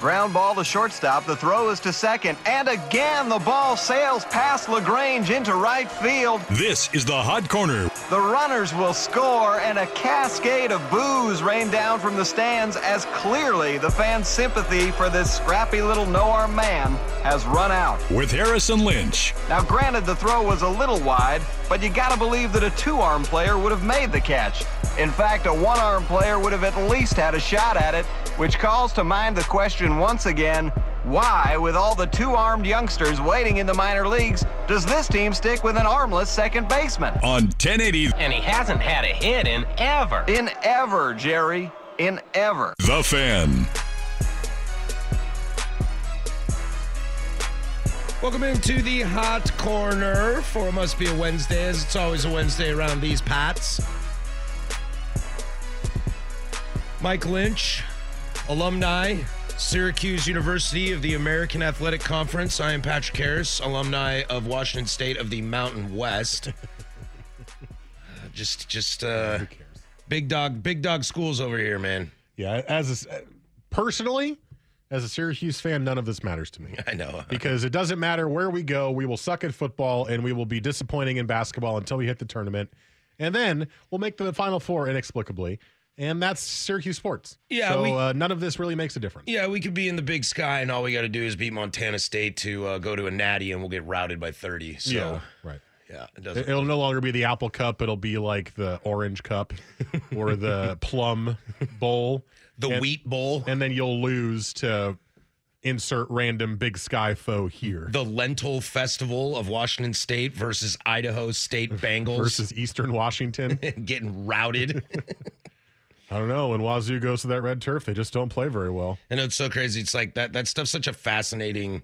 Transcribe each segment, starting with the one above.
Ground ball to shortstop. The throw is to second. And again, the ball sails past LaGrange into right field. This is the hot corner. The runners will score, and a cascade of boos rain down from the stands as clearly the fans' sympathy for this scrappy little no arm man has run out. With Harrison Lynch. Now, granted, the throw was a little wide, but you gotta believe that a two arm player would have made the catch. In fact, a one arm player would have at least had a shot at it, which calls to mind the question once again why, with all the two armed youngsters waiting in the minor leagues, does this team stick with an armless second baseman? On 1080. And he hasn't had a hit in ever. In ever, Jerry. In ever. The fan. Welcome into the hot corner for Must Be a Wednesday, as it's always a Wednesday around these pats. Mike Lynch, alumni, Syracuse University of the American Athletic Conference. I am Patrick Harris, alumni of Washington State of the Mountain West. Uh, just, just uh, big dog, big dog schools over here, man. Yeah, as a, uh, personally, as a Syracuse fan, none of this matters to me. I know because it doesn't matter where we go. We will suck at football, and we will be disappointing in basketball until we hit the tournament, and then we'll make the Final Four inexplicably and that's Syracuse sports. Yeah, so we- uh, none of this really makes a difference. Yeah, we could be in the big sky, and all we got to do is beat Montana State to uh, go to a natty, and we'll get routed by 30. So, Yeah, right. yeah, it It- doesn't. It'll no longer be the Apple Cup. It'll be like the Orange Cup or the Plum Bowl, the and- Wheat Bowl, and then you'll lose to insert random Big Sky foe here the Lentil Festival of Washington State versus Idaho State Bengals, versus Eastern Washington. getting routed. I don't know. When Wazoo goes to that red turf, they just don't play very well. I know it's so crazy. It's like that. That stuff's such a fascinating,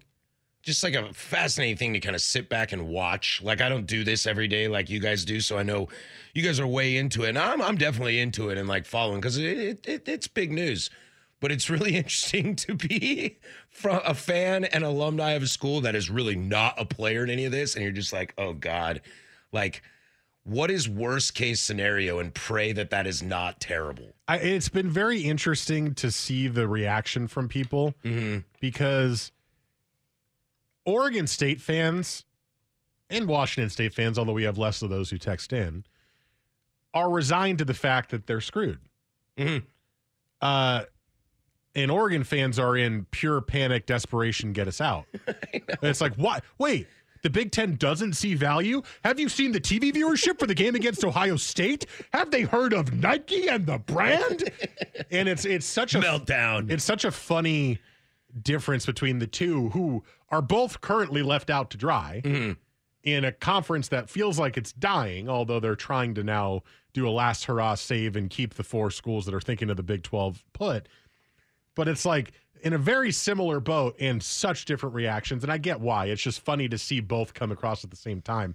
just like a fascinating thing to kind of sit back and watch. Like I don't do this every day like you guys do, so I know you guys are way into it, and I'm I'm definitely into it and like following because it, it, it it's big news. But it's really interesting to be from a fan and alumni of a school that is really not a player in any of this, and you're just like, oh god, like what is worst case scenario, and pray that that is not terrible. I, it's been very interesting to see the reaction from people because Oregon State fans and Washington State fans, although we have less of those who text in, are resigned to the fact that they're screwed. Mhm. Uh, and Oregon fans are in pure panic, desperation, get us out. And it's like, what? Wait, the Big Ten doesn't see value? Have you seen the TV viewership for the game against Ohio State? Have they heard of Nike and the brand? And it's it's such a Meltdown. It's such a funny difference between the two who are both currently left out to dry in a conference that feels like it's dying, although they're trying to now do a last hurrah save and keep the four schools that are thinking of the Big 12 put. But it's like in a very similar boat and such different reactions. And I get why. It's just funny to see both come across at the same time.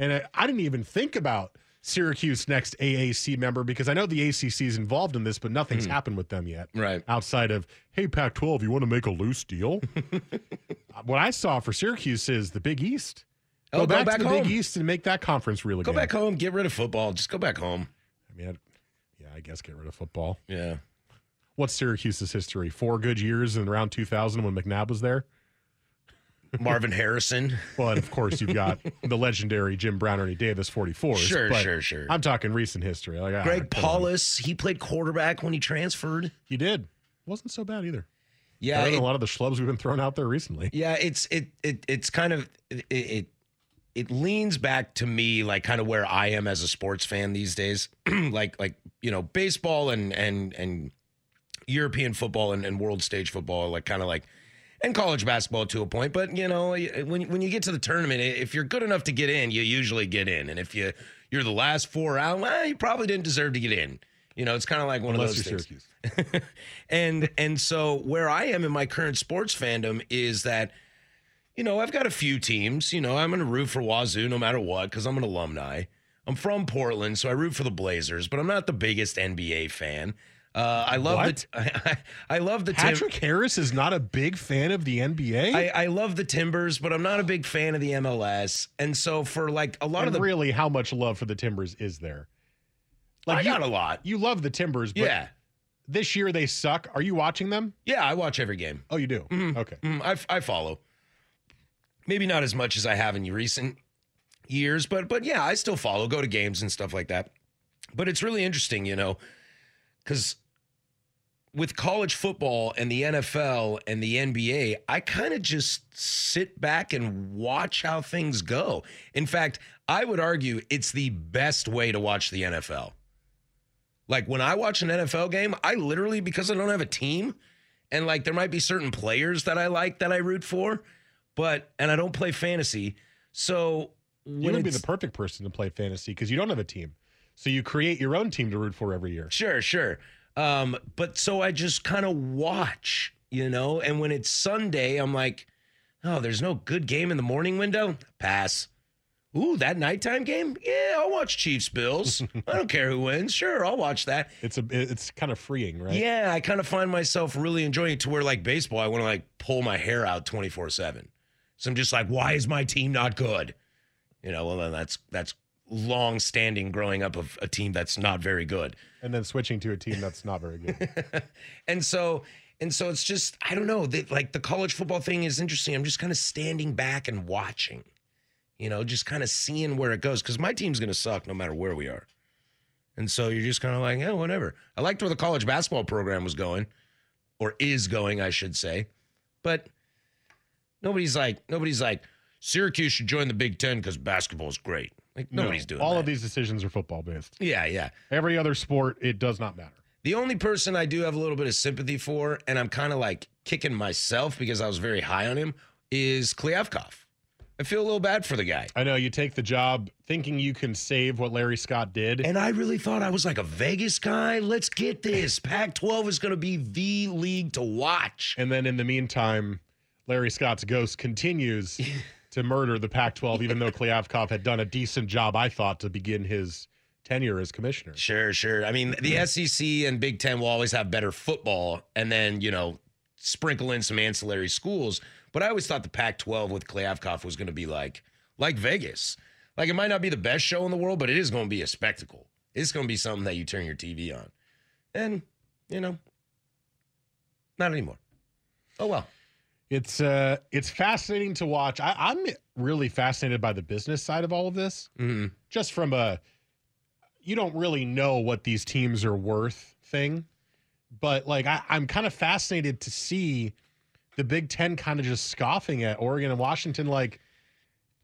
And I, I didn't even think about Syracuse next AAC member because I know the ACC is involved in this, but nothing's happened with them yet Hmm. Right. outside of hey pac 12 you want to make a loose deal Uh, what i saw for syracuse is the big east Oh, go back to the home. big east and make that conference real Go again back home. Get rid of football. Just go back home. i mean I'd- yeah i guess get rid of football Yeah. what's syracuse's history four good years in around 2000 when mcnabb was there Marvin Harrison. Well, and of course you've got the legendary Jim Brown, Ernie Davis, 44. Sure, sure, sure. I'm talking recent history. Like ah, Greg come on. Paulus, he played quarterback when he transferred. He did. Wasn't so bad either. Yeah, Better than a it- lot of the schlubs we've been throwing out there recently. Yeah, it's it it it's kind of it, it it leans back to me like kind of where I am as a sports fan these days. like like you know, baseball and and and European football and, and world stage football like kind of like and college basketball to a point, but you know, when when you get to the tournament, i- if you're good enough to get in, you usually get in. And if you you're the last four out, well, you probably didn't deserve to get in. You know, it's kind of like one Unless of those you're things Syracuse. and and so where I am in my current sports fandom is that you know I've got a few teams. You know I'm going to root for Wazoo no matter what because I'm an alumni. I'm from Portland, so I root for the Blazers, but I'm not the biggest NBA fan. Uh, I love What? the I, I love the Tim- Patrick Harris is not a big fan of the NBA. I, I love the Timbers, but I'm not a big fan of the MLS. And so for like a lot and of the really, how much love for the Timbers is there? I you, got a lot. You love the Timbers, but yeah, this year they suck. Are you watching them? yeah, I watch every game. Oh, you do. Mhm. Okay. Mm, I, I follow. Maybe not as much as I have in recent years, but but yeah, I still follow, go to games and stuff like that. But it's really interesting, you know, because with college football and the NFL and the NBA, I kind of just sit back and watch how things go. In fact, I would argue it's the best way to watch the NFL. Like when I watch an NFL game, I literally, because I don't have a team, and like there might be certain players that I like that I root for, but and I don't play fantasy. So You when would be it's- the perfect person to play fantasy because you don't have a team. So you create your own team to root for every year. Sure, sure. Um, but so I just kind of watch, you know, and when it's Sunday, I'm like, oh, there's no good game in the morning window? Pass. Ooh, that nighttime game? Yeah, I'll watch Chiefs Bills. I don't care who wins. Sure, I'll watch that. It's a it's kind of freeing, right? Yeah, I kind of find myself really enjoying it to where like baseball, I want to like pull my hair out 24/7. So I'm just like, why is my team not good? You know, well then that's that's long standing growing up of a team that's not very good. And then switching to a team that's not very good. and so and so it's just I don't know that like the college football thing is interesting. I'm just kind of standing back and watching, you know, just kind of seeing where it goes because my team's gonna suck no matter where we are. And so you're just kind of like, yeah, whatever. I liked where the college basketball program was going, or is going, I should say, but nobody's like nobody's like Syracuse should join the Big Ten because basketball is great. Like No, nobody's doing all that. of these decisions are football based. Yeah, yeah. Every other sport, it does not matter. The only person I do have a little bit of sympathy for, and I'm kind of like kicking myself because I was very high on him, is Klyavkov. I feel a little bad for the guy. I know you take the job thinking you can save what Larry Scott did. And I really thought I was like a Vegas guy. Let's get this. Pac 12 is going to be the league to watch. And then in the meantime, Larry Scott's ghost continues to murder the Pac 12, even though Klyavkov had done a decent job, I thought, to begin his tenure as commissioner. Sure, sure. I mean, Mm-hmm. the SEC and Big Ten will always have better football and then, you know, sprinkle in some ancillary schools. But I always thought the Pac 12 with Klyavkov was going to be like, like Vegas. Like, it might not be the best show in the world, but it is going to be a spectacle. It's going to be something that you turn your TV on. And, you know, not anymore. Oh, well. It's uh it's fascinating to watch. I, I'm really fascinated by the business side of all of this. Mhm. Just from a you don't really know what these teams are worth thing. But like I, I'm kind of fascinated to see the Big Ten kind of just scoffing at Oregon and Washington like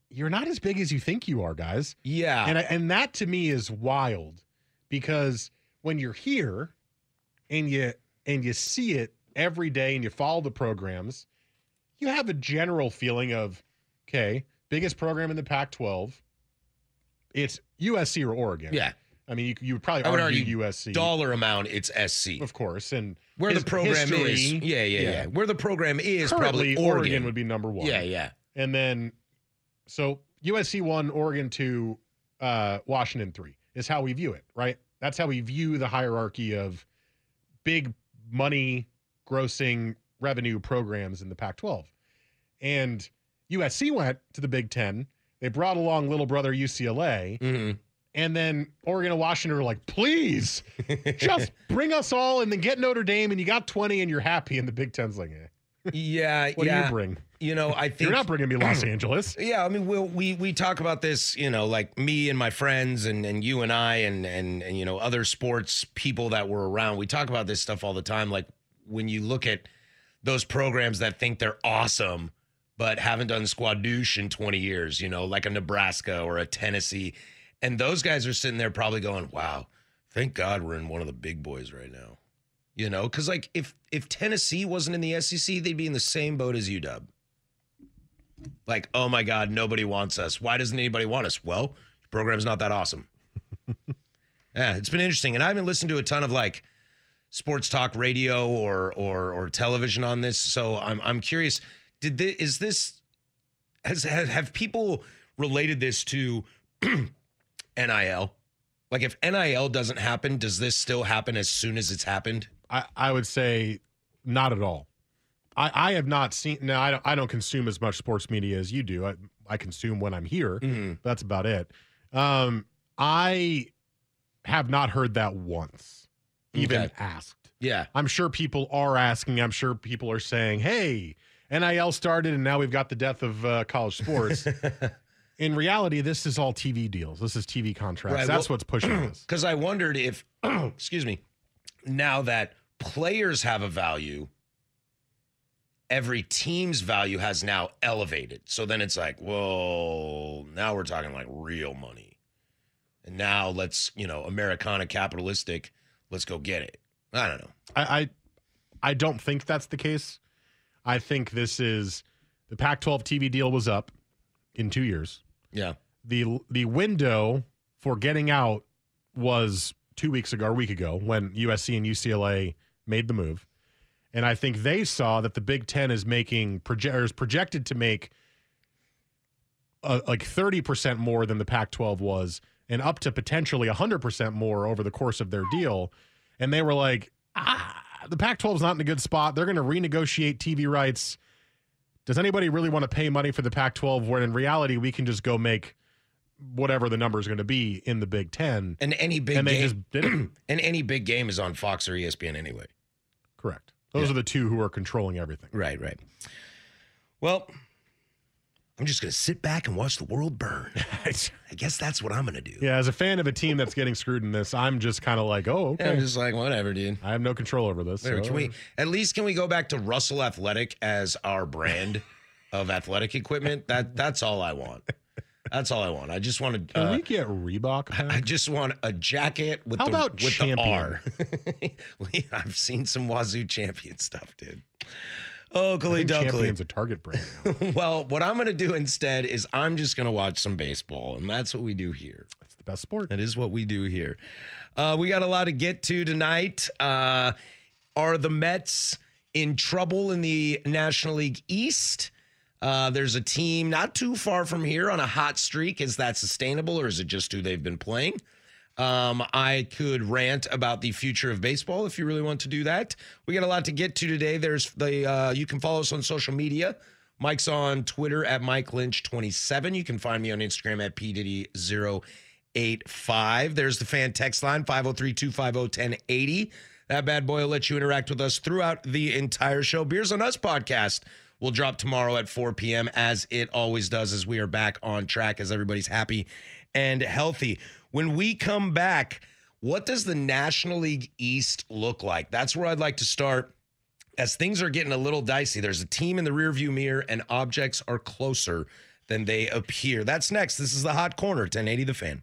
you're not as big as you think you are, guys. Yeah. And I, and that to me is wild because when you're here and you and you see it every day and you follow the programs, you have a general feeling of okay, biggest program in the Pac-12, it's USC or Oregon. yeah. I mean, you, you would probably I would argue, argue USC, Dollar amount, it's SC. of course, and Where his- the program history- is. Yeah, yeah, yeah, Where the program is, Currently, probably Oregon. would be number one. Yeah, yeah. and then so USC one, Oregon two, uh, Washington three is how we view it, right? That's how we view the hierarchy of big money grossing revenue programs in the Pac-12. And USC went to the Big Ten. They brought along little brother UCLA, hmm and then Oregon and Washington are like, please, just bring us all, and then get Notre Dame, and you got twenty, and you're happy. And the Big Ten's like, eh, yeah, what do yeah. you bring? you know, I think You're not bringing me Los Angeles. Yeah, I mean, we we we talk about this, you know, like me and my friends, and and you and I, and and and you know, other sports people that were around. We talk about this stuff all the time. Like when you look at those programs that think they're awesome, but haven't done squad douche in 20 years, you know, like a Nebraska or a Tennessee, and those guys are sitting there probably going, "Wow, thank God we're in one of the big boys right now." You know, because like if if Tennessee wasn't in the SEC, they'd be in the same boat as UW like, oh my God, nobody wants us. Why doesn't anybody want us? Well, your program's not that awesome. yeah, it's been interesting. And I haven't listened to a ton of like sports talk radio or or or television on this. So I'm I'm curious, did this is this has have, have people related this to NIL? Like if NIL doesn't happen, does this still happen as soon as it's happened? I, I would say not at all. I, I have not seen. Now I don't. I don't consume as much sports media as you do. I, I consume when I'm here. Mhm. That's about it. Um, I have not heard that once, even Okay. asked. Yeah. I'm sure people are asking. I'm sure people are saying, "Hey, NIL started, and now we've got the death of uh, college sports." In reality, this is all TV deals. This is TV contracts. Right, That's well- what's pushing this. Because I wondered if, excuse me, now that players have a value, every team's value has now elevated. So then it's like, whoa, now we're talking like real money. And now let's, you know, Americana capitalistic, let's go get it. I don't know. I, I I don't think that's the case. I think this is the Pac-12 TV deal was up in two years. Yeah. the The window for getting out was two weeks ago or a week ago when USC and UCLA made the move, and I think they saw that the Big Ten is making proje- or is projected to make uh, like thirty percent more than the Pac-12 was, and up to potentially hundred percent more over the course of their deal, and they were like, ah, the Pac-12 is not in a good spot. They're going to renegotiate TV rights. Does anybody really want to pay money for the Pac-12 when in reality we can just go make whatever the number is going to be in the Big Ten? And any big and they game, just did it. and any big game is on Fox or E ESPN anyway. Correct. Those Yeah. are the two who are controlling everything. Right, right. Well, I'm just going to sit back and watch the world burn. I guess that's what I'm going to do. Yeah, as a fan of a team that's getting screwed in this, I'm just kind of like, oh, Yeah, okay. I'm just like, whatever, dude. I have no control over this. Whatever. so- Can we at least can we go back to Russell Athletic as our brand of athletic equipment? That that's all I want. That's all I want. I just want to. Can Uh, we get Reebok? Back? I just want a jacket with How the about with champion? the R. I've seen some Wazoo champion stuff, dude. Oh, I Khalid think Dunkley. Champion's a Target brand. Well, what I'm going to do instead is I'm just going to watch some baseball, and that's what we do here. It's the best sport. That is what we do here. Uh, we got a lot to get to tonight. Uh, are the Mets in trouble in the National League East? Uh, there's a team not too far from here on a hot streak. Is that sustainable or is it just who they've been playing? Um, I could rant about the future of baseball if you really want to do that. We got a lot to get to today. There's the uh, you can follow us on social media. Mike's on Twitter at Mike Lynch27. You can find me on Instagram at PDD085. There's the fan text line 503 250 1080. That bad boy will let you interact with us throughout the entire show. Beers on Us podcast will drop tomorrow at 4 p.m. as it always does, as we are back on track, as everybody's happy and healthy. When we come back, what does the National League East look like? That's where I'd like to start. As things are getting a little dicey, there's a team in the rearview mirror and objects are closer than they appear. That's next. This is the Hot Corner 1080 The Fan.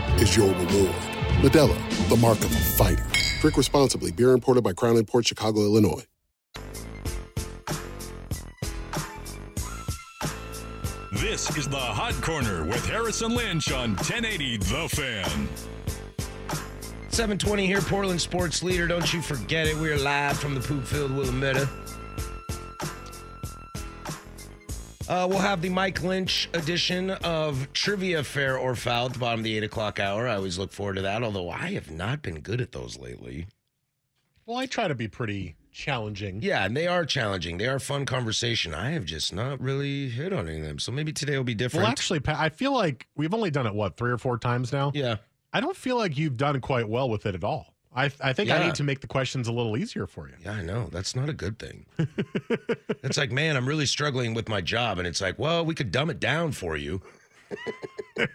is your reward. Medella, the mark of a fighter. Drink responsibly. Beer imported by Crown Port Chicago, Illinois. This is the Hot Corner with Harrison Lynch on 1080 The Fan. 720 here, Portland sports leader. Don't you forget it. We're live from the poop field, Willamette. Uh, we'll have the Mike Lynch edition of Trivia Fair or Foul at the bottom of the 8 o'clock hour. I always look forward to that, although I have not been good at those lately. Well, I try to be pretty challenging. Yeah, and they are challenging. They are fun conversation. I have just not really hit on any of them. So maybe today will be different. Well, actually, Pat, I feel like we've only done it, what, three or four times now? Yeah. I don't feel like you've done quite well with it at all. I, I think I Yeah. need to make the questions a little easier for you. Yeah, I know. That's not a good thing. it's like, man, I'm really struggling with my job. And it's like, well, we could dumb it down for you. we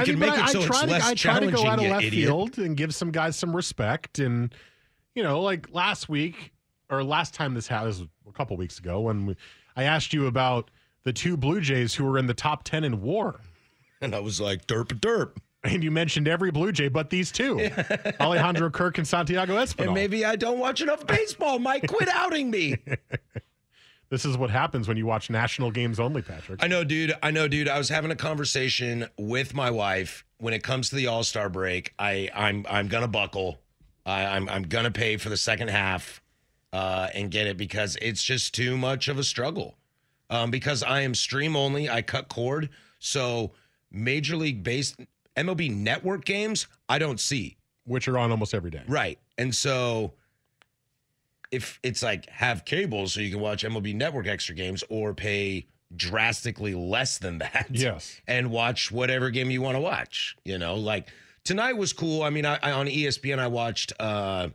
I mean, can make but it I, so I try it's to, less I try to challenging, go out of you left idiot. field and give some guys some respect. And, you know, like last week or last time this happened, this was a couple weeks ago, when we, I asked you about the two Blue Jays who were in the top 10 in war. And I was like, derp a derp. And you mentioned every Blue Jay but these two Alejandro Kirk and Santiago And Espinal. maybe I don't watch enough baseball, Mike. Quit outing me. this is what happens when you watch national games only, Patrick. I know, dude. I know, dude. I was having a conversation with my wife. When it comes to the All Star break, I, I'm I'm gonna buckle. I, I'm I'm gonna pay for the second half uh, and get it because it's just too much of a struggle. Um, because I am stream only. I cut cord. So Major League Base MLB Network games I don't see. which are on almost every day. Right. And so if it's like have cable so you can watch MLB Network extra games or pay drastically less than that. Yes. And watch whatever game you want to watch. You know, like tonight was cool. I mean, I, I on E ESPN I watched uh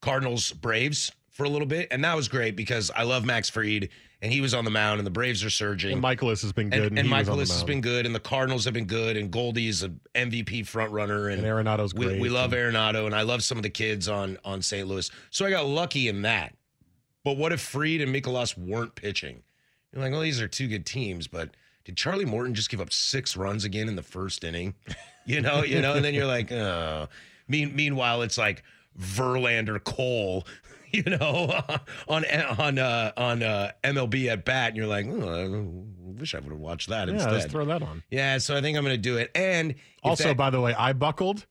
Cardinals Braves for a little bit, and that was great because I love Max Fried and he was on the mound and the Braves are surging. And Michaelis has been good. And, and, he was on the Michaelis has mound. been good, and the Cardinals have been good, and Goldie's an MVP front runner, and, And Arenado's we, great, We love and- Arenado, and I love some of the kids on on St. Louis. So I got lucky in that. But what if Freed and Mikolas weren't pitching? You're like, well, these are two good teams, but did Charlie Morton just give up six runs again in the first inning? You know, you know, and then you're like, oh. Mean, meanwhile, it's like Verlander, Cole, you know, on on uh, on uh, MLB at bat, and you're like, oh, I wish I would have watched that Yeah, instead. let's throw that on. Yeah, so I think I'm going to do it. And if Also, that- by the way, I buckled.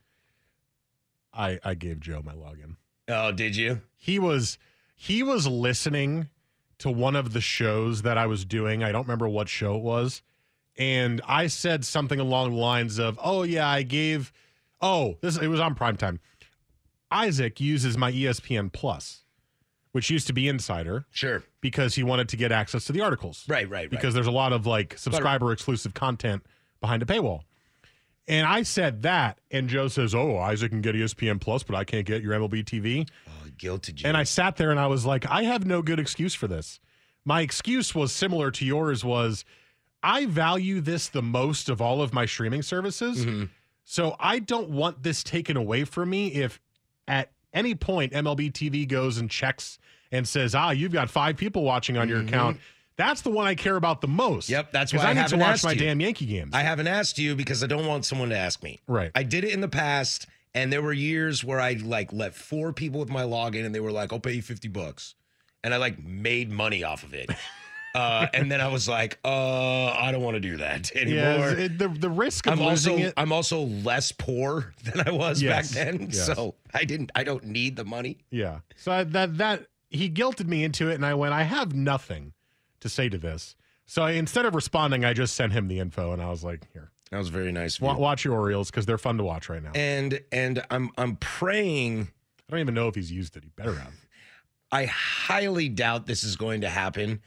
I I gave Joe my login. oh, did you? He was he was listening to one of the shows that I was doing. I don't remember what show it was. And I said something along the lines of, "Oh yeah, I gave Oh, this it was on primetime. Isaac uses my E ESPN Plus, which used to be Insider Sure. because he wanted to get access to the articles. Right, right, right. because there's a lot of like subscriber exclusive content behind a paywall. And I said that, and Joe says, "Oh, Isaac can get ESPN Plus, but I can't get your MLB TV." oh, guilted you. And I sat there and I was like, "I have no good excuse for this." My excuse was similar to yours was I value this the most of all of my streaming services. Mm-hmm. So I don't want this taken away from me if at any point MLB TV goes and checks and says, ah, you've got five people watching on your account. That's the one I care about the most. Mm-hmm. Yep, that's 'Cause why I I need to haven't watch asked my you. damn Yankee games. I haven't asked you because I don't want someone to ask me. Right. I did it in the past, and there were years where I like let four people with my login, and they were like, "I'll pay you fifty bucks," and I like made money off of it. Uh, and then I was like, uh, I don't want to do that anymore. Yeah, it's- it- the, the risk of I'm losing also it. I'm also less poor than I was Yes, back then, yes. so I didn't I don't need the money. Yeah. So I, that that he guilted me into it, and I went, I have nothing to say to this. So I, instead of responding, I just sent him the info, and I was like, here, That was very nice. of wa- you. watch your Orioles because they're fun to watch right now. And and I'm I'm praying. I don't even know if he's used it. He better have. I highly doubt this is going to happen,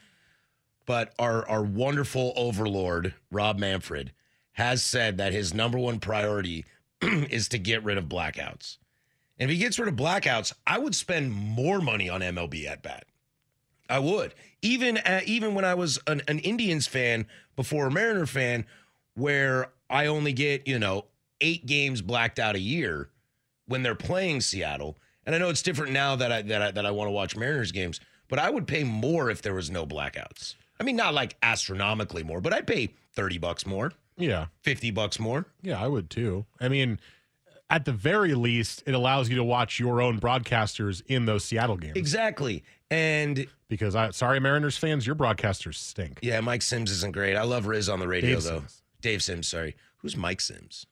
but our our wonderful overlord Rob Manfred has said that his number one priority is to get rid of blackouts. And if he gets rid of blackouts, I would spend more money on MLB at bat. I would. Even uh, even when I was an, an Indians fan before a Mariner fan, where I only get you know eight games blacked out a year when they're playing Seattle, and I know it's different now that I that I, that I want to watch Mariners games, but I would pay more if there was no blackouts. I mean, not like astronomically more, but I'd pay thirty bucks more, Yeah. fifty bucks more. Yeah, I would too. I mean, at the very least, it allows you to watch your own broadcasters in those Seattle games. Exactly. And Because I, sorry, Mariners fans, your broadcasters stink. yeah, Mike Sims isn't great. I love Riz on the radio Dave though. Sims. Dave Sims, sorry. Who's Mike Sims?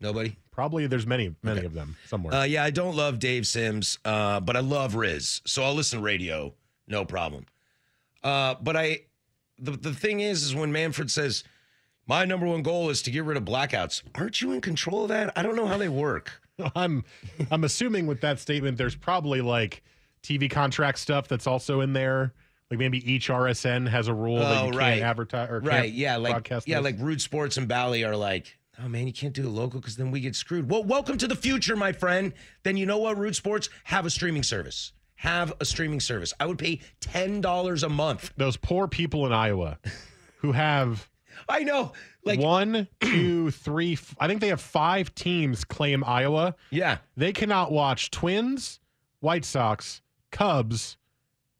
Nobody. Probably there's many, many of them somewhere. Uh, yeah, I don't love Dave Sims, uh, but I love Riz, so I'll listen to radio, no problem. Uh, but I, the the thing is, is when Manfred says, "My number one goal is to get rid of blackouts," aren't you in control of that? I don't know how they work. I'm, I'm assuming with that statement, there's probably like TV contract stuff that's also in there. Like maybe each RSN has a rule that Oh, you can't right. advertise or right? can't yeah, like broadcast yeah, this. like Rude Sports and Bally are like, "Oh man, you can't do it local because then we get screwed." Well, welcome to the future, my friend. Then you know what, Rude Sports have a streaming service. Have a streaming service. I would pay ten dollars a month. those poor people in Iowa who have I know, like one, two, three. f- I think they have five teams claim Iowa. yeah. They cannot watch Twins, White Sox, Cubs,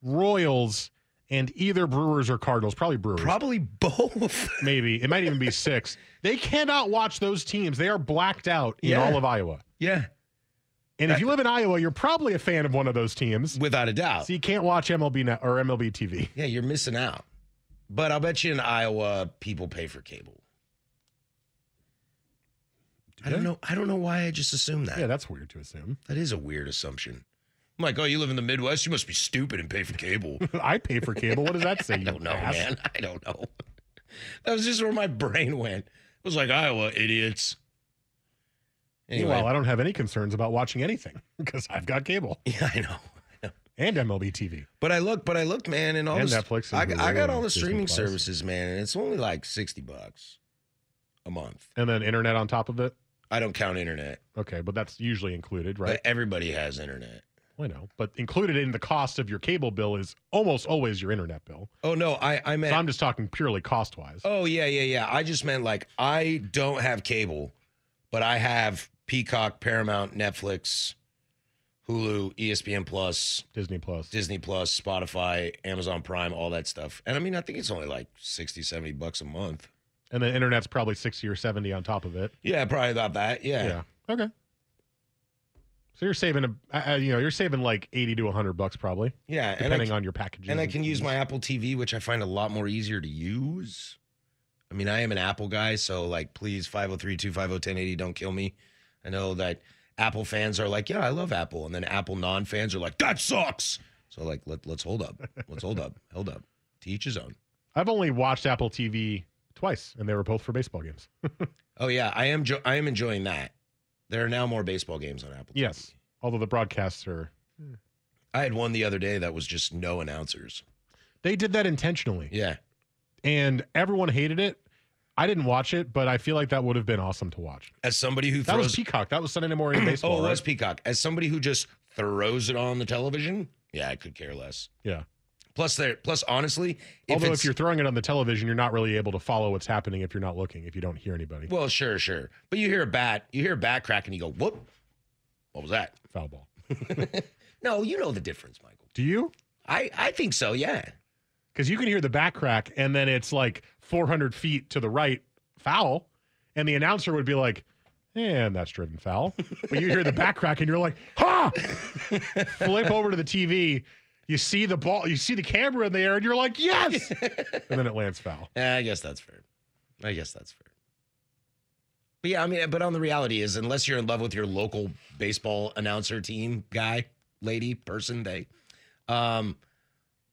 Royals, and either Brewers or Cardinals. Probably Brewers. Probably both. maybe it might even be six. They cannot watch those teams. They are blacked out in Yeah. all of Iowa. yeah, And if you live in Iowa, you're probably a fan of one of those teams. without a doubt. So you can't watch MLB net or MLB TV. yeah, you're missing out. But I'll bet you in Iowa, people pay for cable. I don't they? know. I don't know why I just assumed that. Yeah, that's weird to assume. that is a weird assumption. I'm like, oh, you live in the Midwest, you must be stupid and pay for cable. I pay for cable. What does that say? I don't you know, ass? man. I don't know. That was just where my brain went. It was like Iowa idiots. Anyway, Meanwhile, I don't have any concerns about watching anything because I've got cable yeah, I know. and MLB TV. But I look, but I look, man, and all And this, Netflix I, and I Hulu got and all the Disney streaming Plus. services, man, and it's only like sixty bucks a month. And then internet on top of it. I don't count internet, Okay, but that's usually included, right? but everybody has internet. I know. But included in the cost of your cable bill is almost always your internet bill. Oh no, I I meant. So I'm just talking purely cost wise. oh yeah, yeah, yeah. I just meant like I don't have cable, but I have Peacock, Paramount, Netflix, Hulu, E ESPN Plus, Disney Plus. Disney Plus, Spotify, Amazon Prime, all that stuff. And I mean, I think it's only like 60, 70 bucks a month. and then internet's probably 60 or 70 on top of it. Yeah, probably about that. Yeah. Okay. So you're saving a, uh, uh, you know, you're saving like 80 to 100 bucks probably, Yeah, and I depending c- on your packages. And I can use fees. my Apple TV, which I find a lot more easier to use. I mean, I am an Apple guy, so like, please, 503 250 1080, don't kill me. I know that Apple fans are like, yeah, I love Apple. And then Apple non fans are like, that sucks. So, like, let, let's hold up. Let's hold up. Hold up. To each his own. I've only watched Apple TV twice, and they were both for baseball games. Oh, yeah, I am, jo- I am enjoying that. There are now more baseball games on Apple. TV. Yes. Although the broadcasts are, I had one the other day that was just no announcers. they did that intentionally, Yeah. and everyone hated it. I didn't watch it, but I feel like that would have been awesome to watch. As somebody who That was throws. Peacock. That was Sunday morning baseball. oh, it right? was Peacock. As somebody who just throws it on the television, yeah, I could care less. yeah. Plus, there. Plus, honestly, if Although it's, if you're throwing it on the television, you're not really able to follow what's happening if you're not looking, if you don't hear anybody. well, sure, sure. But you hear a bat, you hear a bat crack, and you go, "Whoop! What was that?" Foul ball. No, you know the difference, Michael. Do you? I I think so. Yeah. because you can hear the back crack and then it's like 400 feet to the right foul and the announcer would be like and that's driven foul but you hear the back crack and you're like ha flip over to the tv You see the ball, you see the camera in the air, and you're like, yes. and then it lands foul. Yeah, Eh, I guess that's fair. I guess that's fair. But yeah, I mean, but on the reality is, unless you're in love with your local baseball announcer team guy, lady, person, they, um,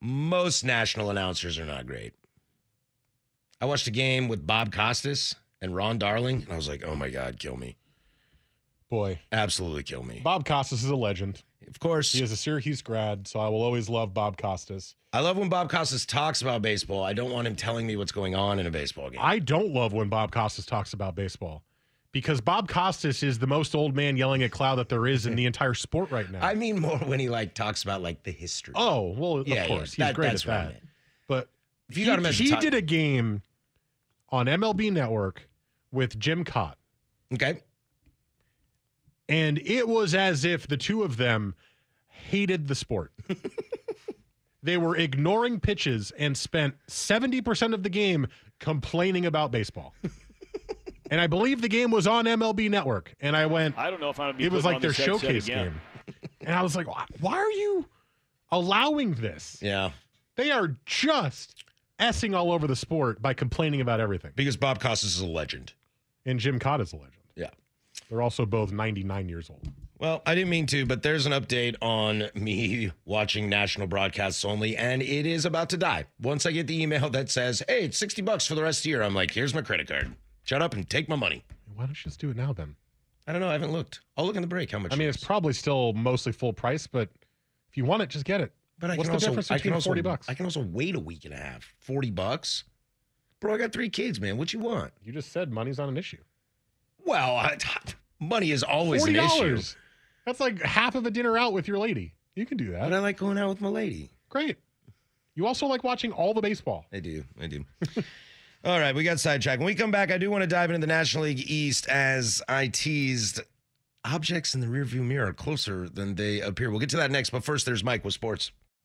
most national announcers are not great. I watched a game with Bob Costas and Ron Darling, and I was like, oh my God, kill me. Boy. Absolutely kill me. Bob Costas is a legend. Of course. He is a Syracuse grad, so I will always love Bob Costas. I love when Bob Costas talks about baseball. I don't want him telling me what's going on in a baseball game. I don't love when Bob Costas talks about baseball because Bob Costas is the most old man yelling at cloud that there is in the entire sport right now. I mean more when he like talks about like the history. Oh, well, Yeah, yeah, of course. that- He's great that's at what I that. meant. But If you he, got him as a he top- did a game on MLB Network with Jim Cott. Okay. And it was as if the two of them hated the sport. they were ignoring pitches and spent 70% of the game complaining about baseball. and I believe the game was on MLB Network. And I went, I don't know if I'm. it was like their showcase game. And I was like, "Why- why are you allowing this? Yeah. They are just essing all over the sport by complaining about everything. Because Bob Costas is a legend. And Jim Cott is a legend. Yeah. They're also both 99 years old. Well, I didn't mean to, but there's an update on me watching national broadcasts only, and it is about to die. Once I get the email that says, hey, it's 60 bucks for the rest of the year, I'm like, here's my credit card. Shut up and take my money. Why don't you just do it now then? I don't know. I haven't looked. I'll look in the break how much. I mean, it's probably still mostly full price, but if you want it, just get it. But I What's can the also, difference I can between also- 40 bucks? I can also wait a week and a half. 40 bucks? Bro, I got three kids, man. What you want? You just said money's not an issue. Well, I, money is always an issue. $40. That's like half of a dinner out with your lady. You can do that. But I like going out with my lady. Great. You also like watching all the baseball. I do. I do. All right, we got sidetracked. When we come back, I do want to dive into the National League East as I teased objects in the rearview mirror are closer than they appear. We'll get to that next, but first there's Mike with sports.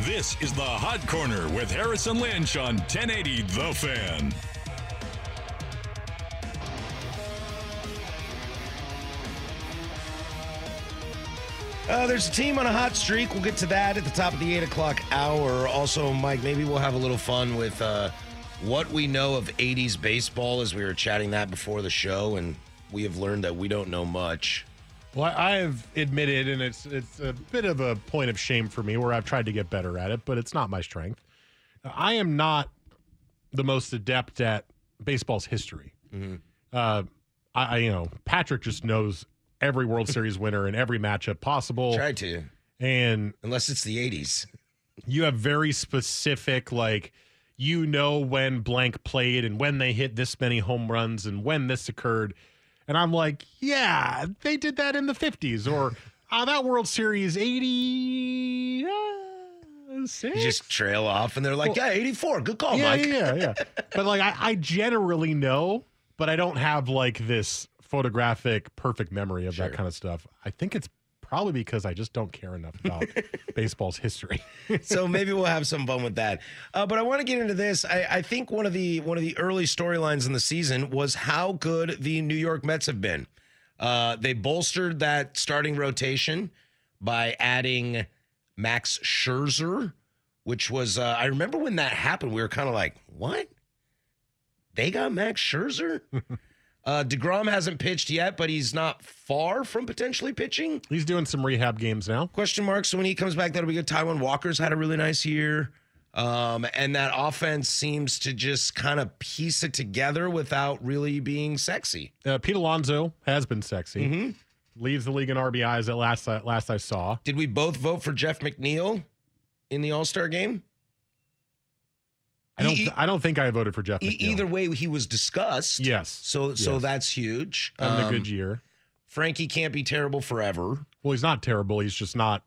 This is the Hot Corner with Harrison Lynch on 1080 The Fan. Uh, there's a team on a hot streak. We'll get to that at the top of the eight o'clock hour. Also, Mike, maybe we'll have a little fun with uh, what we know of 80s baseball as we were chatting that before the show, and we have learned that we don't know much. Well, I have admitted, and it's it's a bit of a point of shame for me where I've tried to get better at it, but it's not my strength. I am not the most adept at baseball's history. Uh, I, I you know Patrick just knows every World Series winner and every matchup possible. Try to, and unless it's the '80s, you have very specific like you know when blank played and when they hit this many home runs and when this occurred. And I'm like, yeah, they did that in the 50s or ah, that World Series 80. Uh, six? You just trail off, and they're like, Well- "Yeah, 84, good call, yeah, Mike." Yeah, yeah, yeah. but like I, I generally know, but I don't have like this photographic perfect memory of that kind of stuff. I think it's probably because I just don't care enough about baseball's history. so maybe we'll have some fun with that. Uh, but I want to get into this. I, I think one of the one of the early storylines in the season was how good the New York Mets have been. Uh, they bolstered that starting rotation by adding Max Scherzer, which was uh, I remember when that happened. We were kind of like, "What? They got Max Scherzer?" uh, Degrom hasn't pitched yet, but he's not far from potentially pitching. He's doing some rehab games now. Question mark. So when he comes back, that'll be good. Taiwan Walker's had a really nice year. Um, and that offense seems to just kind of piece it together without really being sexy. Uh, Pete Alonso has been sexy. Mm-hmm. Leads the league in RBIs at last I last I saw. Did we both vote for Jeff McNeil in the All Star game? I don't. I don't think I voted for Jeff. E- McNeil. either way, e he was discussed. Yes. So so Yes. that's huge. on the Um, good year. Frankie can't be terrible forever. Well, he's not terrible. He's just not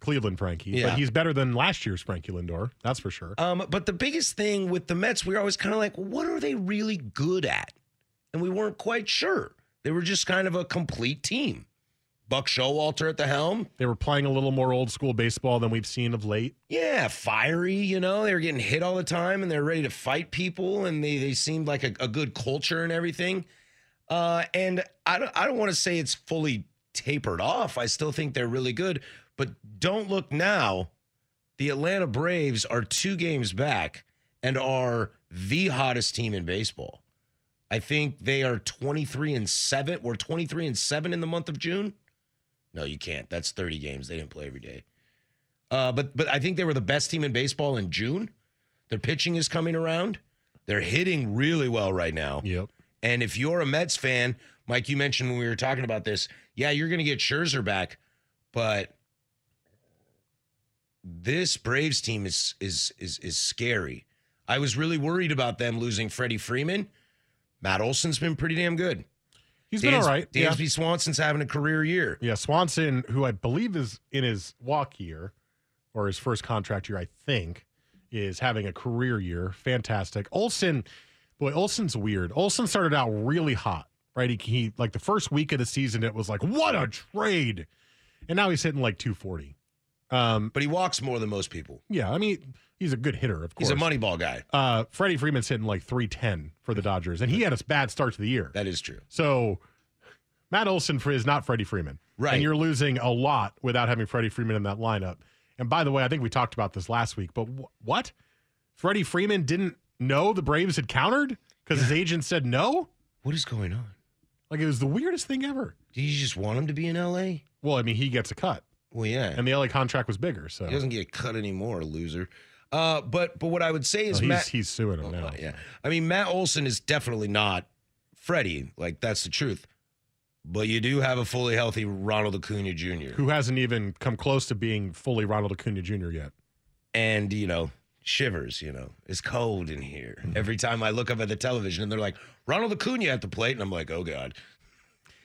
Cleveland Frankie. Yeah. But he's better than last year's Frankie Lindor. That's for sure. Um, but the biggest thing with the Mets, we were always kind of like, what are they really good at? And we weren't quite sure. They were just kind of a complete team. Buck Showalter at the helm. They were playing a little more old school baseball than we've seen of late. Yeah, fiery, you know, they were getting hit all the time and they're ready to fight people and they, they seemed like a, a good culture and everything. Uh, and I don't, I don't want to say it's fully tapered off. I still think they're really good, but don't look now. The Atlanta Braves are two games back and are the hottest team in baseball. I think they are 23 and 7. We're 23 and 7 in the month of June. No, you can't. That's 30 games. They didn't play every day. Uh, but but I think they were the best team in baseball in June. Their pitching is coming around. They're hitting really well right now. Yep. And if you're a Mets fan, Mike, you mentioned when we were talking about this, yeah, you're going to get Scherzer back, but this Braves team is is is is scary. I was really worried about them losing Freddie Freeman. Matt Olson's been pretty damn good. He's been all right, yeah. Dansby Swanson's having a career year. Yeah, Swanson, who I believe is in his walk year or his first contract year, I think, is having a career year. Fantastic. Olson, boy, Olson's weird. Olson started out really hot, right? He, he like the first week of the season, it was like, what a trade. And now he's hitting like 240. Um, but he walks more than most people. Yeah, I mean, he's a good hitter, of course. He's a money ball guy. Uh, Freddie Freeman's hitting like 310 for the Dodgers, and he had a bad start to the year. That is true. So Matt Olson for- is not Freddie Freeman. Right. And you're losing a lot without having Freddie Freeman in that lineup. And by the way, I think we talked about this last week, but wh- what? Freddie Freeman didn't know the Braves had countered because his agent said no? What is going on? Like, it was the weirdest thing ever. Did you just want him to be in LA? Well, I mean, he gets a cut. Well, yeah. And the LA contract was bigger. So He doesn't get cut anymore, loser. Uh, but but what I would say Well, is Oh, he's, Matt. Oh, he's suing him now. yeah, I mean Matt Olson is definitely not Freddie. Like that's the truth. But you do have a fully healthy Ronald Acuna Jr. Who hasn't even come close to being fully Ronald Acuna Jr. yet? and you know shivers. You know it's cold in here. Mm-hmm. Every time I look up at the television and they're like Ronald Acuna at the plate, and I'm like, oh god.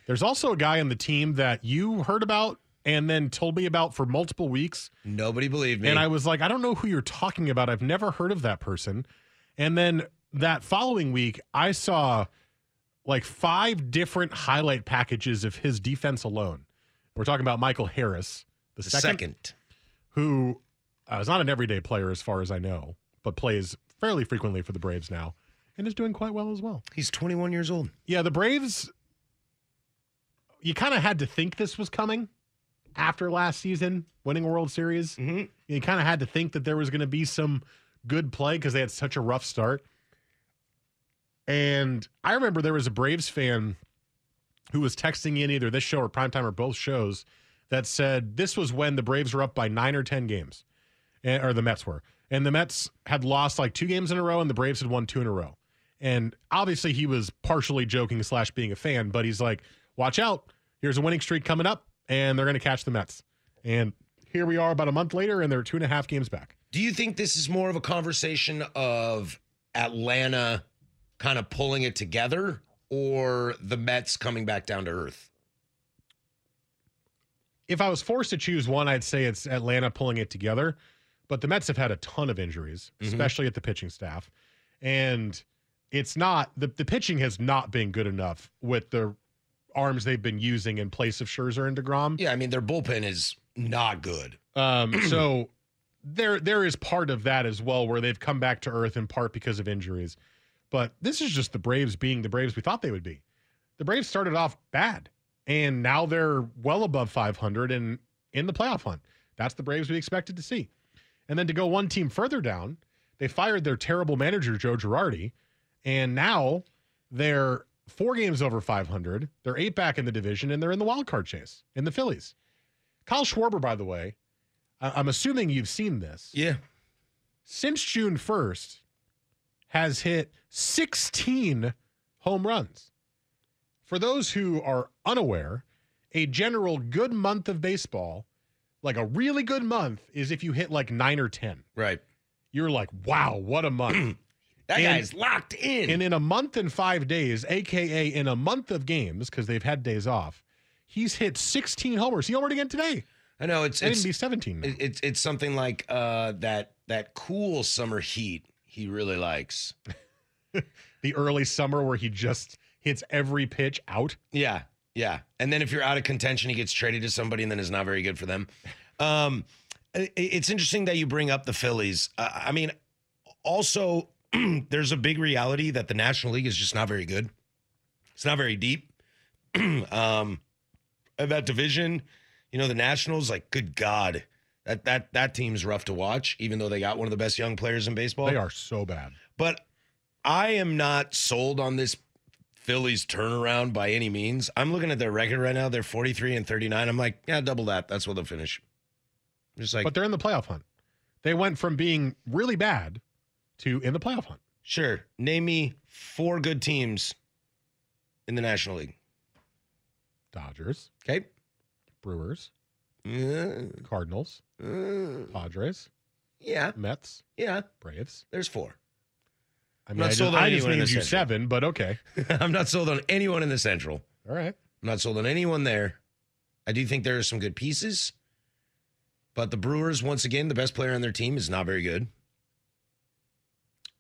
There's also a guy on the team that you heard about and then told me about for multiple weeks. Nobody believed me. And I was like, I don't know who you're talking about. I've never heard of that person. And then that following week, I saw like five different highlight packages of his defense alone. We're talking about Michael Harris, the, The second, second. who uh, is not an everyday player as far as I know, but plays fairly frequently for the Braves now and is doing quite well as well. He's 21 years old. Yeah, the Braves, you kind of had to think this was coming after last season, winning a World Series. Mm-hmm. You kind of had to think that there was going to be some good play because they had such a rough start. And I remember there was a Braves fan who was texting in either this show or primetime or both shows that said this was when the Braves were up by nine or 10 games, eh, or the Mets were. And the Mets had lost like two games in a row, and the Braves had won two in a row. And obviously, he was partially joking slash being a fan, but he's like, "Watch out! Here's a winning streak coming up, and they're going to catch the Mets." And here we are, about a month later, and they're two and a half games back. Do you think this is more of a conversation of Atlanta kind of pulling it together or the Mets coming back down to earth? If I was forced to choose one, I'd say it's Atlanta pulling it together, but the Mets have had a ton of injuries, Mhm. especially at the pitching staff, and it's not the the pitching has not been good enough with the arms they've been using in place of Scherzer and Degrom. Yeah, I mean, their bullpen is not good. Um, so there there is part of that as well where they've come back to earth in part because of injuries. But this is just the Braves being the Braves we thought they would be. The Braves started off bad and now they're well above 500 and in the playoff hunt. That's the Braves we expected to see. And then to go one team further down, they fired their terrible manager Joe Girardi and now they're four games over 500. They're eight back in the division and they're in the wild card chase in the Phillies. Kyle Schwarber by the way, I- I'm assuming you've seen this. Yeah. Since June 1st, has hit 16 home runs. For those who are unaware, a general good month of baseball, like a really good month, is if you hit like nine or 10. Right. You're like, wow, what a month. That guy's locked in. And in a month and five days, aka in a month of games, because they've had days off, he's hit 16 homers. He homered again today. I know it's That it's didn't be 17. now. it- It's it's something like uh that that cool summer heat he really likes. the early summer where he just hits every pitch out. Yeah, yeah. And then if you're out of contention, he gets traded to somebody, and then it's not very good for them. Um, i- it's interesting that you bring up the Phillies. Uh, I mean, also there's a big reality that the National League is just not very good. It's not very deep. um, and that division, you know, the Nationals, like, good God. That, that that team's rough to watch, even though they got one of the best young players in baseball. They are so bad. But I am not sold on this Phillies turnaround by any means. I'm looking at their record right now. They're 43 and 39. I'm like, yeah, double that. That's where they'll finish. Just like, but they're in the playoff hunt. They went from being really bad to in the playoff hunt. sure. Name me four good teams in the National League. Dodgers, Okay. Brewers, Yeah. Cardinals, Uh, Padres, yeah. Mets, Yeah. Braves. There's four. I I'm mean, not I just, sold on I just anyone in named the you Central. seven, but okay. I'm not sold on anyone in the Central. All right. I'm not sold on anyone there. I do think there are some good pieces, but the Brewers, once again, the best player on their team is not very good.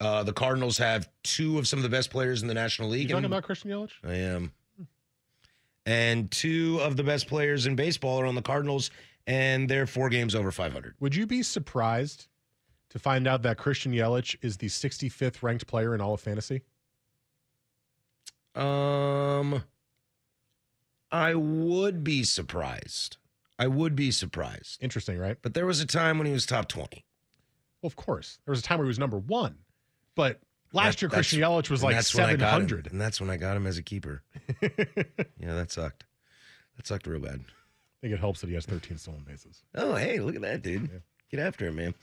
Uh, the Cardinals have two of some of the best players in the National You League. talking and- about Christian Yelich? I am. And two of the best players in baseball are on the Cardinals, and they're four games over 500. Would you be surprised to find out that Christian Yelich is the 65th ranked player in all of fantasy? Um, I would be surprised. I would be surprised. Interesting, right? But there was a time when he was top 20. Well, of course. There was a time where he was number one, but last That- year Christian that's- Yelich was and like that's when I got him. 700. and that's when I got him as a keeper. yeah, that sucked. That sucked real bad. I think it helps that he has 13 stolen bases. Oh, hey, look at that, dude. Get after him, man.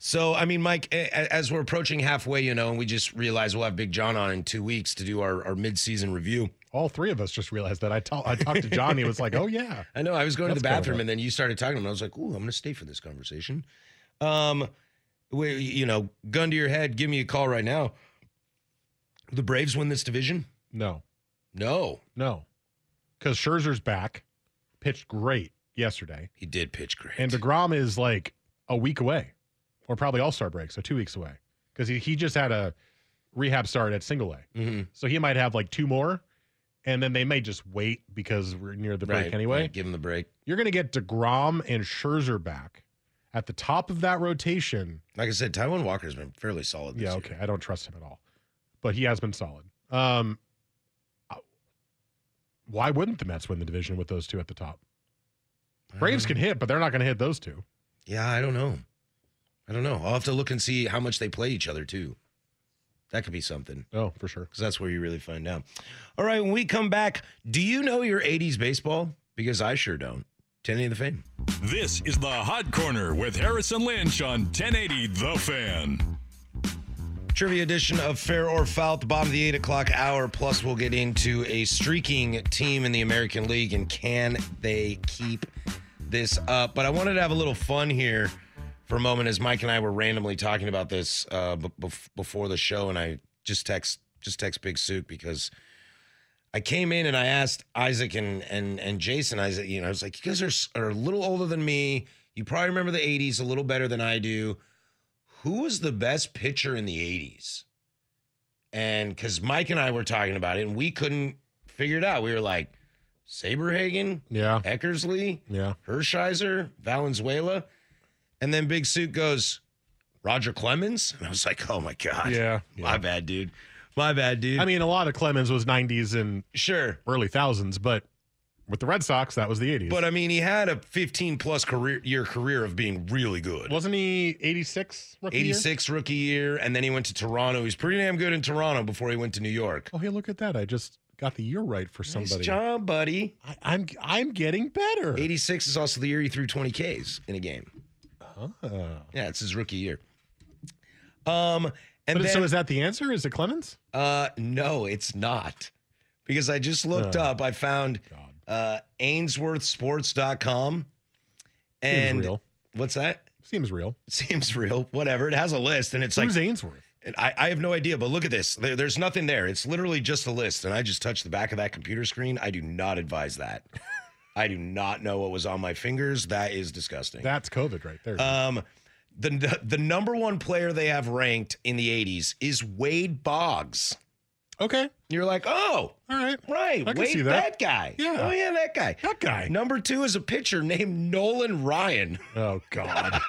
So, I mean, Mike, a- a- as we're approaching halfway, you know, and we just realized we'll have Big John on in two weeks to do our, our mid-season review. All three of us just realized that. I, tell, I talked to John. He was like, oh, yeah. I know. I was going to the That's kind of bathroom, what- and then you started talking, and I was like, "Ooh, I'm going to stay for this conversation." Um, we, you know, gun to your head, give me a call right now. The Braves win this division? No, No, no. Because Scherzer's back, pitched great yesterday, he did pitch great. and DeGrom is like a week away, or probably All Star break, so two weeks away. Because he, he just had a rehab start at single A. mm-hmm. So he might have like two more, and then they may just wait because we're near the break anyway. give him the break. You're going to get DeGrom and Scherzer back at the top of that rotation. Like I said, Taiwan Walker's been fairly solid. Oh, This Yeah, year. okay. I don't trust him at all, but he has been solid. Um, I- why wouldn't the Mets win the division with those two at the top? Braves can hit, but they're not going to hit those two. Yeah, I don't know. I don't know. I'll have to look and see how much they play each other too. That could be something Oh, for sure. because that's where you really find out. All right, when we come back, do you know your '80s baseball? Because I sure don't. Tenny of the Fame. This is the Hot Corner with Harrison Lynch on 1080 The Fan. Trivia edition of Fair or Foul at the bottom of the 8 o'clock hour. Plus, we'll get into a streaking team in the American League and can they keep this up? But I wanted to have a little fun here for a moment as Mike and I were randomly talking about this uh, b- bef- before the show. And I just text just text Big Souk because I came in and I asked Isaac and and and Jason. I said, you know, I was like, you guys are, s- are a little older than me. You probably remember the 80s a little better than I do who was the best pitcher in the 80s? And because Mike and I were talking about it and we couldn't figure it out. We were like, Saberhagen, Yeah, Eckersley, yeah. Hershiser, Valenzuela. And then Big Suit goes, Roger Clemens. And I was like, oh my God. Yeah, My bad, dude. My bad, dude. I mean, a lot of Clemens was 90s and sure. early thousands, but with the Red Sox, that was the 80s. But I mean, he had a 15 plus career year career of being really good. wasn't he 86 rookie year? 86 rookie year. And then he went to Toronto. He was pretty damn good in Toronto before he went to New York. Oh, hey, look at that! I just got the year right for somebody. Nice job, buddy. I, I'm I'm getting better. 86 is also the year he threw 20 Ks in a game. Ah. Yeah, it's his rookie year. Um, and But then, so is that the answer? Is it Clemens? uh, no, it's not because I just looked Oh. up. I found God. uh, AinsworthSports.com, Seems and real. what's that? Seems real. Seems real. Whatever. It has a list, and it's like Who's Ainsworth? And I, I have no idea, but look at this. There, there's nothing there. It's literally just a list. And I just touched the back of that computer screen. I do not advise that. I do not know what was on my fingers. That is disgusting. That's COVID right there. Um, the the number one player they have ranked in the 80s is Wade Boggs. Okay. You're like, oh, all right, right, I can Wade, see that. that. guy. Yeah. Oh yeah, that guy. That guy. Number two is a pitcher named Nolan Ryan. Oh God.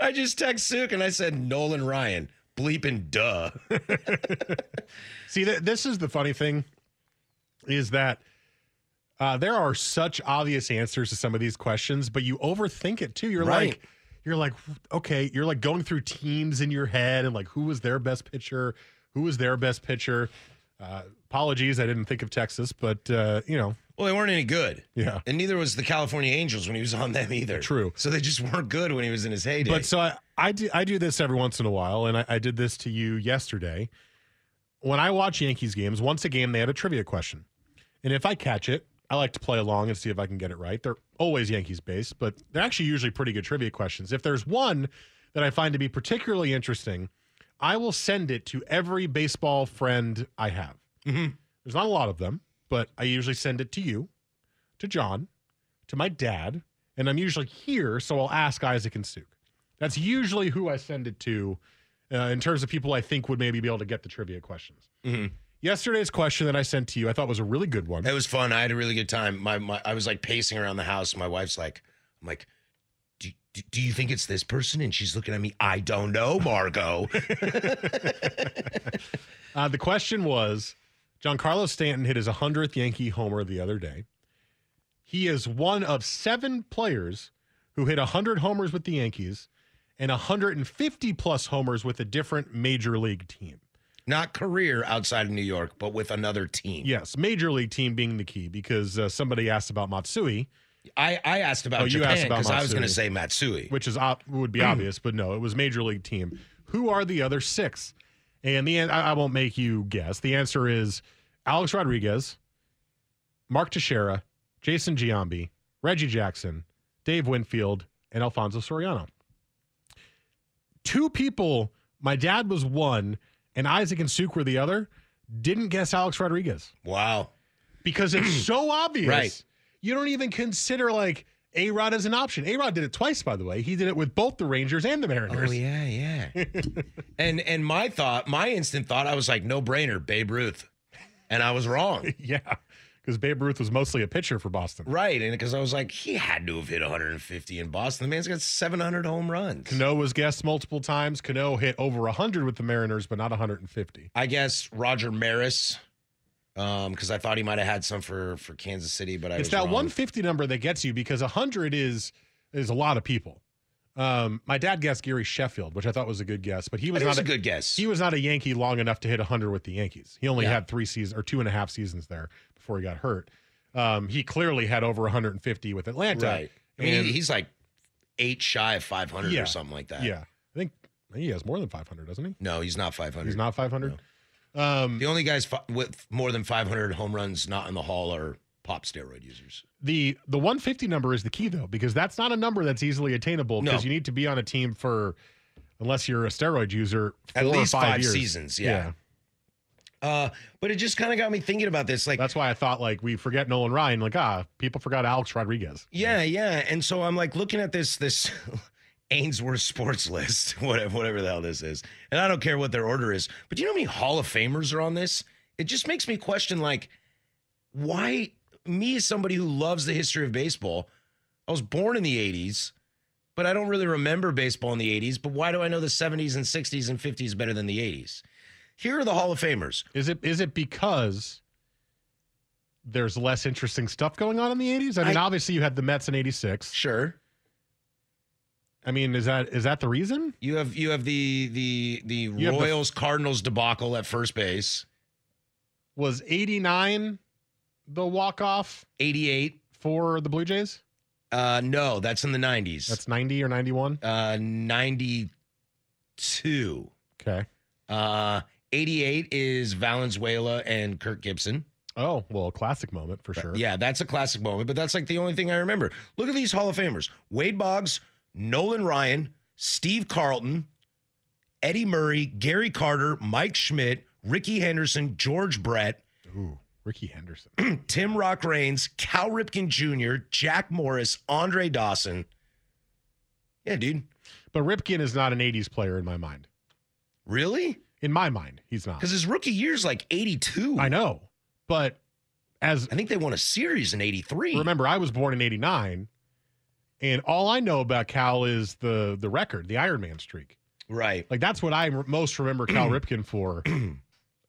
I just text Suk and I said Nolan Ryan. Bleeping duh. See, th- this is the funny thing is that uh, there are such obvious answers to some of these questions, but you overthink it too. You're Right. like, you're like, okay, you're like going through teams in your head and like, who was their best pitcher? Who was their best pitcher? Uh, apologies, I didn't think of Texas, but uh, you know, Well, they weren't any good. Yeah. And neither was the California Angels when he was on them either. True. So they just weren't good when he was in his heyday. But so I, I do I do this every once in a while, and I, I did this to you yesterday. When I watch Yankees games, once a game they have a trivia question, and if I catch it, I like to play along and see if I can get it right. They're always Yankees based, but they're actually usually pretty good trivia questions. If there's one that I find to be particularly interesting, I will send it to every baseball friend I have. There's not a lot of them, but I usually send it to you, to John, to my dad, and I'm usually here, so I'll ask Isaac and Suk. That's usually who I send it to uh, in terms of people I think would maybe be able to get the trivia questions. Mhm. Yesterday's question that I sent to you, I thought was a really good one. It was fun. I had a really good time. My, my I was like pacing around the house. My wife's like, I'm like, do, do, do you think it's this person? And she's looking at me. I don't know, Margot. Uh, the question was Giancarlo Stanton hit his 100th Yankee homer the other day. He is one of seven players who hit 100 homers with the Yankees and 150 plus homers with a different major league team. Not career outside of New York, but with another team. Yes, major league team being the key because uh, somebody asked about Matsui, I, I asked about Oh, you Japan asked about because I was Matsui. going to say Matsui. which is ob- would be obvious, but no, it was major league team. Who are the other six? And the an- I I won't make you guess. The answer is Alex Rodriguez, Mark Teixeira, Jason Giambi, Reggie Jackson, Dave Winfield, and Alfonso Soriano. Two people, my dad was one, and Isaac and Suk were the other, didn't guess Alex Rodriguez Wow. because it's so obvious. Right. You don't even consider like A Rod as an option. A Rod did it twice, by the way. He did it with both the Rangers and the Mariners. Oh yeah, yeah. and and my thought, my instant thought, I was like, no brainer, Babe Ruth, and I was wrong. yeah. Because Babe Ruth was mostly a pitcher for Boston. Right, and because I was like, he had to have hit 150 in Boston. The man's got 700 home runs. Cano was guessed multiple times. Cano hit over 100 with the Mariners, but not 150. I guess Roger Maris, um, because I thought he might have had some for for Kansas City, but I it's was that wrong. 150 number that gets you because 100 is is a lot of people. Um, my dad guessed Gary Sheffield, which I thought was a good guess, but he It was was, not a good guess. He was not a Yankee long enough to hit 100 with the Yankees. He only Yeah. had three seasons or two and a half seasons there before he got hurt. Um, he clearly had over 150 with Atlanta. right. I mean, And- he- he's like eight shy of 500 Yeah. or something like that. yeah, I think he has more than 500, doesn't he? No, he's not 500. He's not 500. Um, The only guys fi- with more than 500 home runs not in the hall are pop steroid users. the the 150 number is the key though because that's not a number that's easily attainable No. because you need to be on a team for unless you're a steroid user At four or least five years. seasons, yeah. Uh, but it just kind of got me thinking about this. Like, That's why I thought like we forget Nolan Ryan like ah people forgot Alex Rodriguez. yeah, yeah. And so I'm like looking at this this Ainsworth sports list, whatever whatever the hell this is. And I don't care what their order is. But do you know how many Hall of Famers are on this? It just makes me question like why me as somebody who loves the history of baseball, I was born in the 80s, but I don't really remember baseball in the 80s, but why do I know the 70s and 60s and 50s better than the 80s? Here are the Hall of Famers. Is it is it because there's less interesting stuff going on in the 80s? I mean, I- obviously you had the Mets in 86. Sure. I mean, is that is that the reason? You have you have the the the You have the- Royals Cardinals debacle at first base. Was 89 the walk-off 88. for the Blue Jays? Uh no, that's in the 90s. That's 90 or 91? uh 92. Okay. Uh 88 is Valenzuela and Kirk Gibson. Oh, well, a classic moment for But sure. Yeah, that's a classic moment, but that's like the only thing I remember. Look at these Hall of Famers. Wade Boggs, Nolan Ryan, Steve Carlton, Eddie Murray, Gary Carter, Mike Schmidt, Ricky Henderson, George Brett. Ooh, Ricky Henderson. Tim Rock Reigns, Cal Ripken Jr., Jack Morris, Andre Dawson. Yeah, dude. But Ripken is not an 80s player in my mind. Really? In my mind, he's not. Because his rookie year's like 82. I know. But as I think they won a series in 83. Remember, I was born in 89. And all I know about Cal is the the record, the Iron Man streak. Right. Like that's what I re- most remember Cal Ripken for.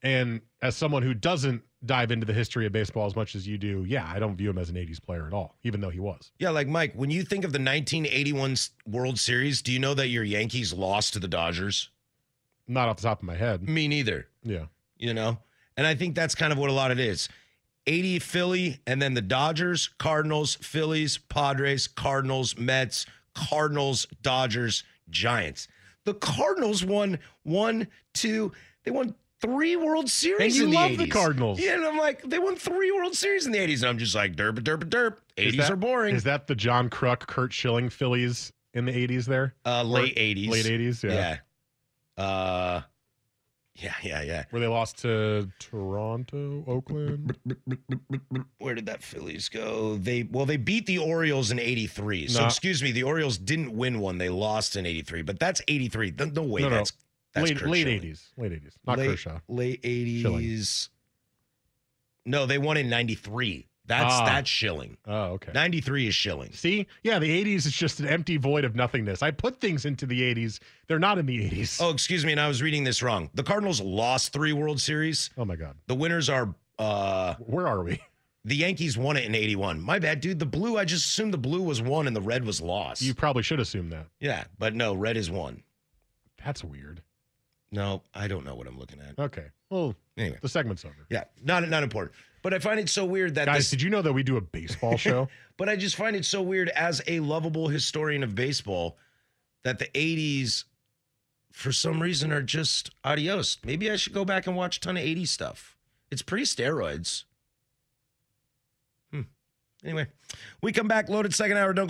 and as someone who doesn't dive into the history of baseball as much as you do, yeah, I don't view him as an 80s player at all, even though he was. Yeah, like Mike, when you think of the 1981 World Series, do you know that your Yankees lost to the Dodgers? Not off the top of my head. Me neither. Yeah. You know? And I think that's kind of what a lot of it is. 80 Philly, and then the Dodgers, Cardinals, Phillies, Padres, Cardinals, Mets, Cardinals, Dodgers, Giants. The Cardinals won one, two, they won three World Series and in you the love 80s. the Cardinals. Yeah, and I'm like, they won three World Series in the 80s. And I'm just like, derp, derp, derp. 80s Is that- are boring. Is that the John Cruck, Kurt Schilling Phillies in the 80s there? uh, late Or- 80s. Late 80s, yeah. Yeah. Uh, yeah, yeah, yeah. Where they lost to Toronto, Oakland. Where did that Phillies go? They well, they beat the Orioles in '83. So Nah. excuse me, the Orioles didn't win one; they lost in '83. But that's '83. No, no way, No, no. that's that's late Kurt late Schilling. 80s. Late 80s. Not late, Kershaw. Late '80s. No, they won in '93. That's Ah. that's Schilling. Oh, okay. '93 is Schilling. See? Yeah, the 80s is just an empty void of nothingness. I put things into the 80s. They're not in the 80s. Oh, excuse me, and I was reading this wrong. The Cardinals lost three World Series. Oh, my God. The winners are uh Where are we? the Yankees won it in '81. My bad, dude. The blue. I just assumed the blue was one and the red was lost. You probably should assume that. Yeah, but no, red is one. That's weird. No, I don't know what I'm looking at. Okay. Well, Anyway, the segment's over. yeah, not not important. But I find it so weird that Guys, this. did you know that we do a baseball show? but I just find it so weird as a lovable historian of baseball that the '80s, for some reason, are just adios. Maybe I should go back and watch a ton of '80s stuff. It's pretty steroids. Hmm. Anyway, we come back loaded second hour. Don't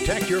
Protect your